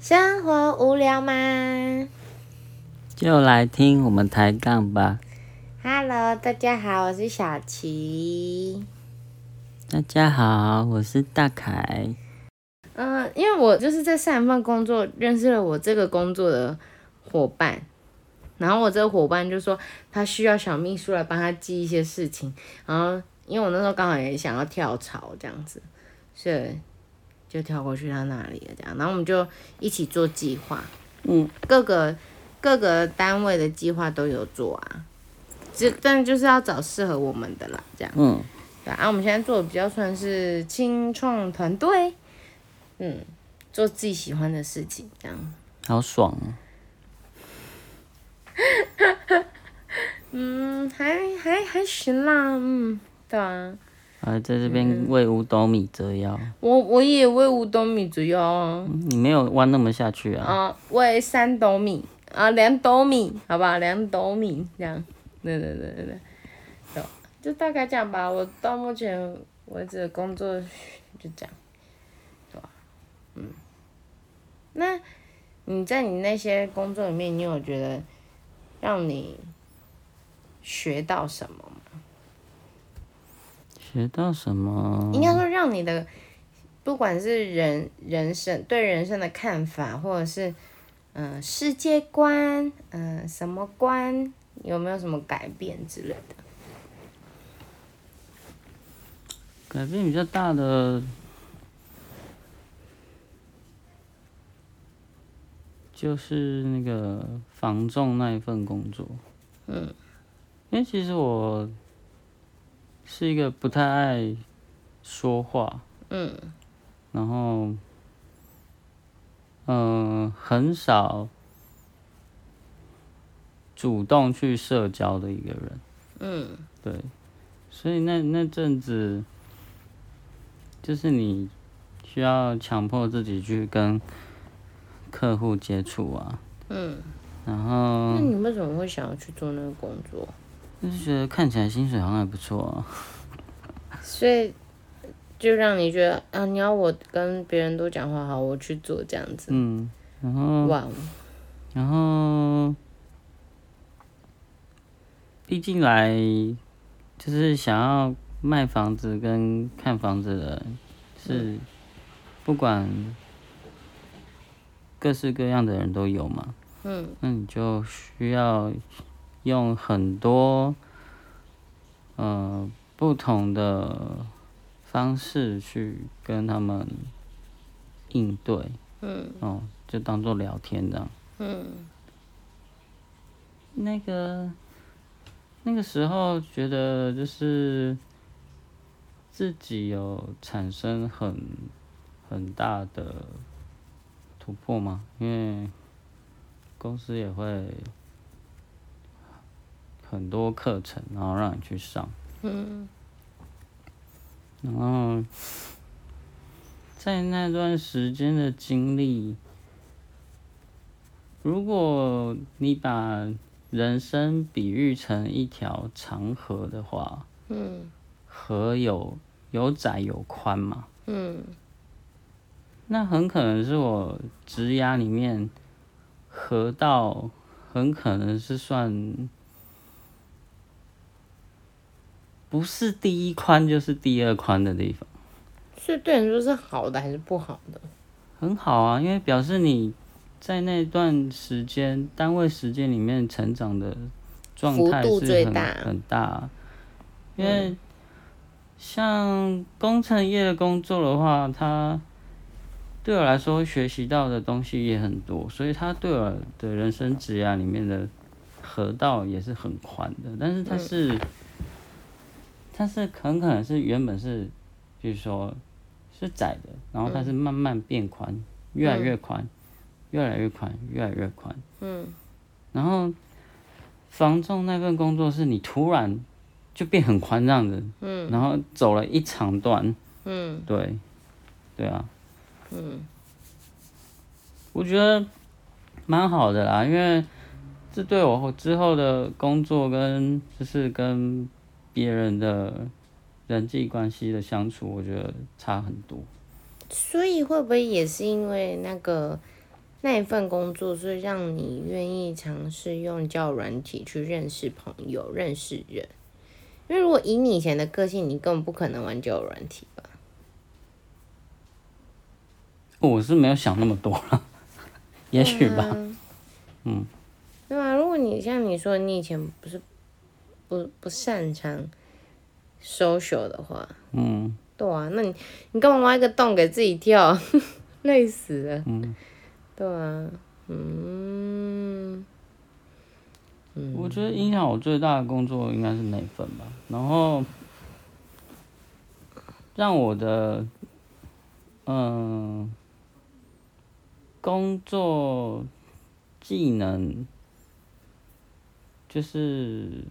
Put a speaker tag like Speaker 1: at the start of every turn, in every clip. Speaker 1: 生活无聊吗
Speaker 2: 就来听我们抬杠吧。
Speaker 1: ？Hello，大家好，我是小琪。
Speaker 2: 大家好，我是大凯。
Speaker 1: 嗯、因为我就是在上一份工作认识了我这个工作的伙伴，然后我这个伙伴就说他需要小秘书来帮他记一些事情，然后因为我那时候刚好也想要跳槽这样子，所以就跳过去他那里了这样，然后我们就一起做计划，
Speaker 2: 嗯，
Speaker 1: 各个各个单位的计划都有做啊，只但就是要找适合我们的啦，这样。
Speaker 2: 嗯，
Speaker 1: 对啊，我们现在做的比较算是清创团队，嗯，做自己喜欢的事情这样。
Speaker 2: 好爽哦！
Speaker 1: 嗯，还还还行啦，嗯，对啊，
Speaker 2: 啊，在这边为五斗米折腰、
Speaker 1: 我我也为五斗米折腰啊，
Speaker 2: 嗯你没有弯那么下去啊？
Speaker 1: 啊，为三斗米啊，两斗米，好吧，两斗米这样。对对对对对，对啊，就大概这样吧。我到目前为止的工作就这样，对吧、嗯，那你在你那些工作里面，你有觉得让你学到什么吗？
Speaker 2: 学到什么？
Speaker 1: 应该说让你的，不管是人人生对人生的看法，或者是嗯、呃世界观，嗯、什么观，有没有什么改变之类的？
Speaker 2: 改变比较大的，就是那个防重那一份工作。嗯，因为其实我是一个不太爱说话，嗯，然后，嗯、很少主动去社交的一个人。嗯，对，所以那那阵子。就是你需要强迫自己去跟客户接触啊，嗯，然
Speaker 1: 那
Speaker 2: 后
Speaker 1: 你为什么会想要去做那个工作？
Speaker 2: 就是觉得看起来薪水好像还不错、啊，
Speaker 1: 所以就让你觉得啊，你要我跟别人都讲话好，我去做这样子。
Speaker 2: 嗯，然后
Speaker 1: 哇，哦
Speaker 2: 然后，毕竟来就是想要卖房子跟看房子的人是不管各式各样的人都有嘛。嗯。那你就需要用很多呃不同的方式去跟他们应对。嗯。哦，就当做聊天这样。那个那个时候觉得就是自己有产生很很大的突破嘛，因为公司也会很多课程，然后让你去上。嗯。然后在那段时间的经历，如果你把人生比喻成一条长河的话，
Speaker 1: 嗯
Speaker 2: 河有有窄有宽嘛，
Speaker 1: 嗯
Speaker 2: 那很可能是我职涯里面河道很可能是算不是第一宽就是第二宽的地方，
Speaker 1: 所以对你说是好的还是不好的？
Speaker 2: 很好啊，因为表示你在那段时间单位时间里面成长的状态
Speaker 1: 幅度
Speaker 2: 是
Speaker 1: 最
Speaker 2: 很
Speaker 1: 大
Speaker 2: 很大，因为像工程业的工作的话，它对我来说学习到的东西也很多，所以它对我的人生职涯里面的河道也是很宽的，但是它是、它是很可能是原本是，比如说是窄的，然后它是慢慢变宽，越来越宽，越来越宽，越来越宽。
Speaker 1: 嗯
Speaker 2: 然后防重那份工作是你突然就变很宽这样子，嗯，然后走了一长段，
Speaker 1: 嗯
Speaker 2: 对，对啊，嗯，我觉得蛮好的啦，因为这对我之后的工作跟就是跟别人的人际关系的相处，我觉得差很多。
Speaker 1: 所以会不会也是因为那个那一份工作是让你愿意尝试用交友软体去认识朋友、认识人。因为如果以你以前的个性，你根本不可能玩交友软体吧？啊
Speaker 2: 我是没有想那么多了， 也许吧。
Speaker 1: 对啊，如果你像你说你以前不是不不擅长 social 的话，
Speaker 2: 嗯，
Speaker 1: 对啊，那你你干嘛挖一个洞给自己跳？ 累死了。对啊，嗯，
Speaker 2: 我觉得影响我最大的工作应该是那份吧，然后让我的嗯工作技能就是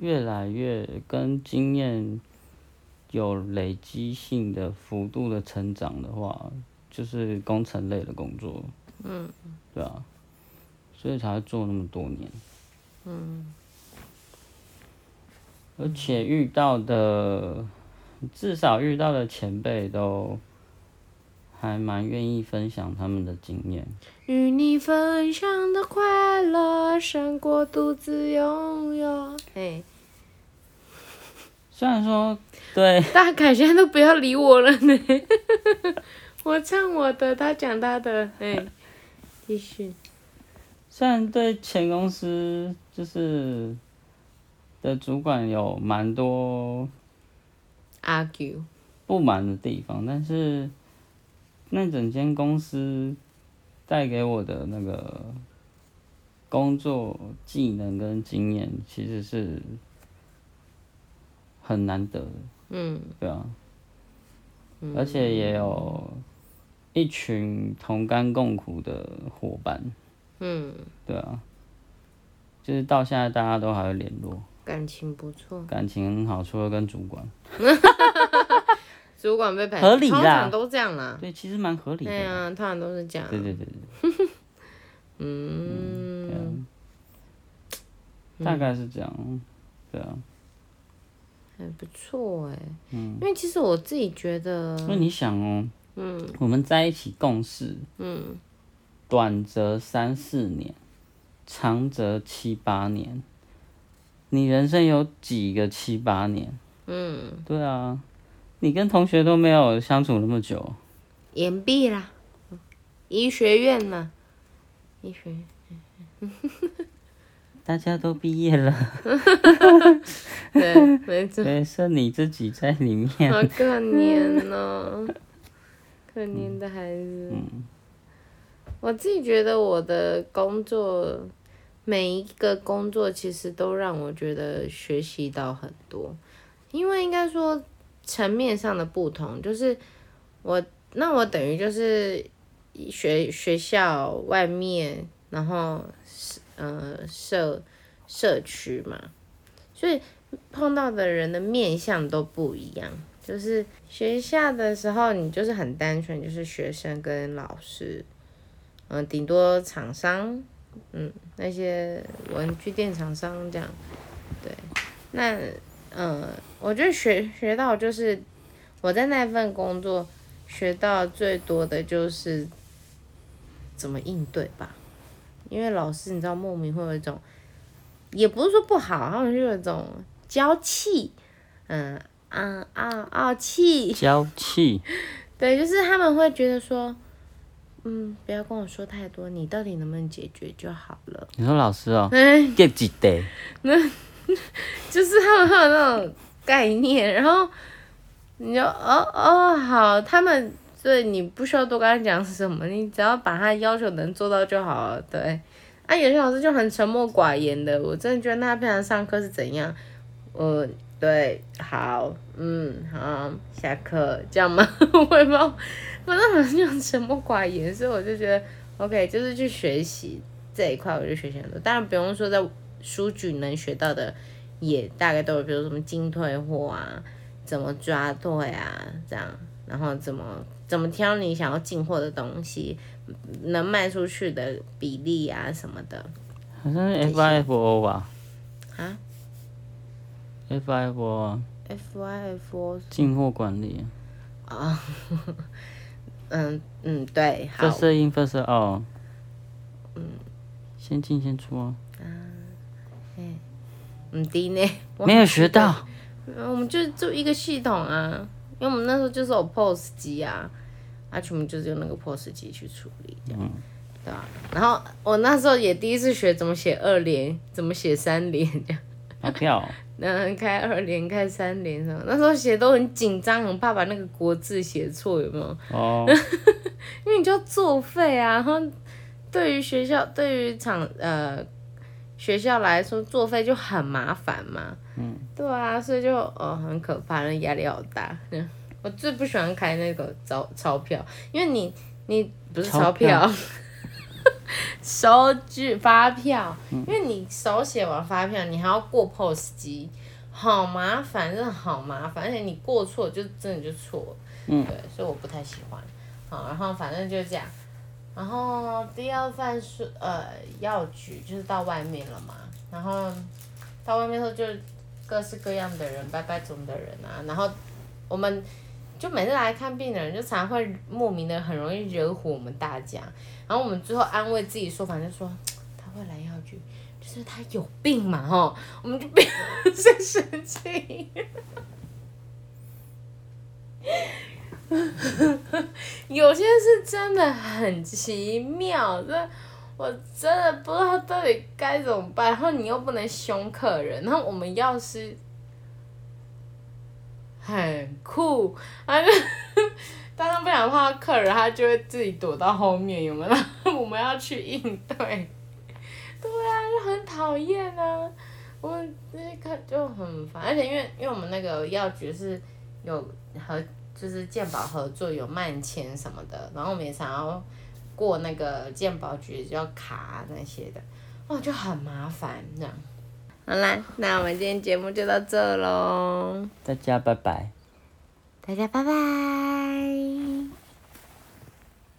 Speaker 2: 越来越跟经验有累积性的幅度的成长的话，就是工程类的工作，嗯，对啊，所以才会做那么多年。而且遇到的，至少遇到的前辈都还蛮愿意分享他们的经验。
Speaker 1: 与你分享的快乐胜过独自拥有。哎，
Speaker 2: 虽然说对
Speaker 1: 大凯现在都不要理我了呢， 我唱我的，他讲他的，哎，继续。
Speaker 2: 虽然对前公司就是的主管有蛮多
Speaker 1: argue，
Speaker 2: 不满的地方，但是那整间公司带给我的那个工作技能跟经验，其实是很难得的。
Speaker 1: 嗯，
Speaker 2: 对啊，而且也有一群同甘共苦的伙伴，
Speaker 1: 嗯，
Speaker 2: 对啊，就是到现在大家都还会联络，
Speaker 1: 感情不错。
Speaker 2: 感情很好，除了跟主管，
Speaker 1: 主管被排，
Speaker 2: 合理啦
Speaker 1: 通常都这样啦。
Speaker 2: 对，其实蛮合理的
Speaker 1: 对
Speaker 2: 啦，
Speaker 1: 啊，通常都是这样。
Speaker 2: 对对对对，
Speaker 1: 嗯，
Speaker 2: 对啊，大概是这样，对啊，
Speaker 1: 还不错哎、嗯，因为其实我自己觉得，
Speaker 2: 所以你想哦，嗯，我们在一起共事，嗯，短则三四年，长则七八年。你人生有几个七八年？嗯，对啊，你跟同学都没有相处那么久，
Speaker 1: 研毕啦，医学院嘛，医学 院
Speaker 2: 大家都毕业了，
Speaker 1: 对，没错，
Speaker 2: 对，剩你自己在里面。
Speaker 1: 好可怜哦，可怜的孩子。我自己觉得我的工作，每一个工作其实都让我觉得学习到很多，因为应该说层面上的不同，就是我那我等于就是学学校外面，然后社呃社社区嘛，所以碰到的人的面相都不一样。就是学校的时候，你就是很单纯，就是学生跟老师，嗯、顶多厂商，嗯，那些文具店厂商这样，对。那，嗯、我觉得学学到就是我在那份工作学到最多的就是怎么应对吧，因为老师你知道莫名会有一种，也不是说不好，他们就有一种娇气，嗯啊傲傲气，
Speaker 2: 娇气，
Speaker 1: 对，就是他们会觉得说，嗯，不要跟我说太多，你到底能不能解决就好了。
Speaker 2: 你说老师哦、
Speaker 1: 嗯，
Speaker 2: get 几得？
Speaker 1: 就是他们会有那种概念，然后你就哦哦好，他们对你不需要多跟他讲什么，你只要把他要求能做到就好了。对，啊，有些老师就很沉默寡言的，我真的觉得那他平常上课是怎样？呃，对，好，嗯，好，下课，这样吗？ 我也不知道，反正好像就很沉默寡言，所以我就觉得 OK，就是去学习这一块，我就学习很多。当然不用说在书局能学到的，也大概都有，比如什么进退货啊，怎么抓对啊，这样，然后怎么怎么挑你想要进货的东西，能卖出去的比例啊什么的。
Speaker 2: 好像是 F I F O 吧
Speaker 1: 啊
Speaker 2: ？F I F O 啊，
Speaker 1: F Y F O
Speaker 2: 进货管理
Speaker 1: 啊，嗯嗯，对，好，嗯
Speaker 2: ，first in first out。嗯先进先出啊，
Speaker 1: 嗯，低呢？
Speaker 2: 没有学到，
Speaker 1: 嗯，我们就就一个系统啊，因为我们那时候就是有 POS 机啊，啊，全部就是用那个 POS 机去处理这样，对吧、然后我那时候也第一次学怎么写二连，怎么写三连 这样，
Speaker 2: 发票哦，
Speaker 1: 嗯，开二连，开三连什么，那时候写都很紧张，很怕把那个国字写错，有没有？
Speaker 2: 哦，
Speaker 1: 因为你就要作废啊。然后对于学校，对于厂呃学校来说，作废就很麻烦嘛。嗯。对啊，所以就哦很可怕，那压力好大。 嗯我最不喜欢开那个钞钞票，因为你你不是钞
Speaker 2: 钞票
Speaker 1: 票。 收据发票，因为你手写完发票，你还要过 POS 机，好麻烦，真的好麻烦，而且你过错就真的就错了，对，所以我不太喜欢。好，然后反正就这样。然后第二份是呃药局，就是到外面了嘛。然后到外面的时候就各式各样的人，拜拜种的人啊。然后我们就每次来看病的人，就常会莫名的很容易惹火我们大家。然后我们最后安慰自己说，反正说他会来药局，就是他有病嘛吼，我们就不要再生气。有些是真的很奇妙，这我真的不知道到底该怎么办。然后你又不能凶客人，然后我们药师很酷，啊，就当他不想碰到客人，他就会自己躲到后面，有没有？然后我们要去应对，对啊，就很讨厌啊。我们那个就很烦，而且因为因为我们那个药局是有和就是健保合作有慢签什么的，然后我们也想要过那个健保局就要卡那些的，哦，就很麻烦这样。好啦，那我们今天节目就到这喽，
Speaker 2: 大家拜拜。
Speaker 1: 大家拜拜。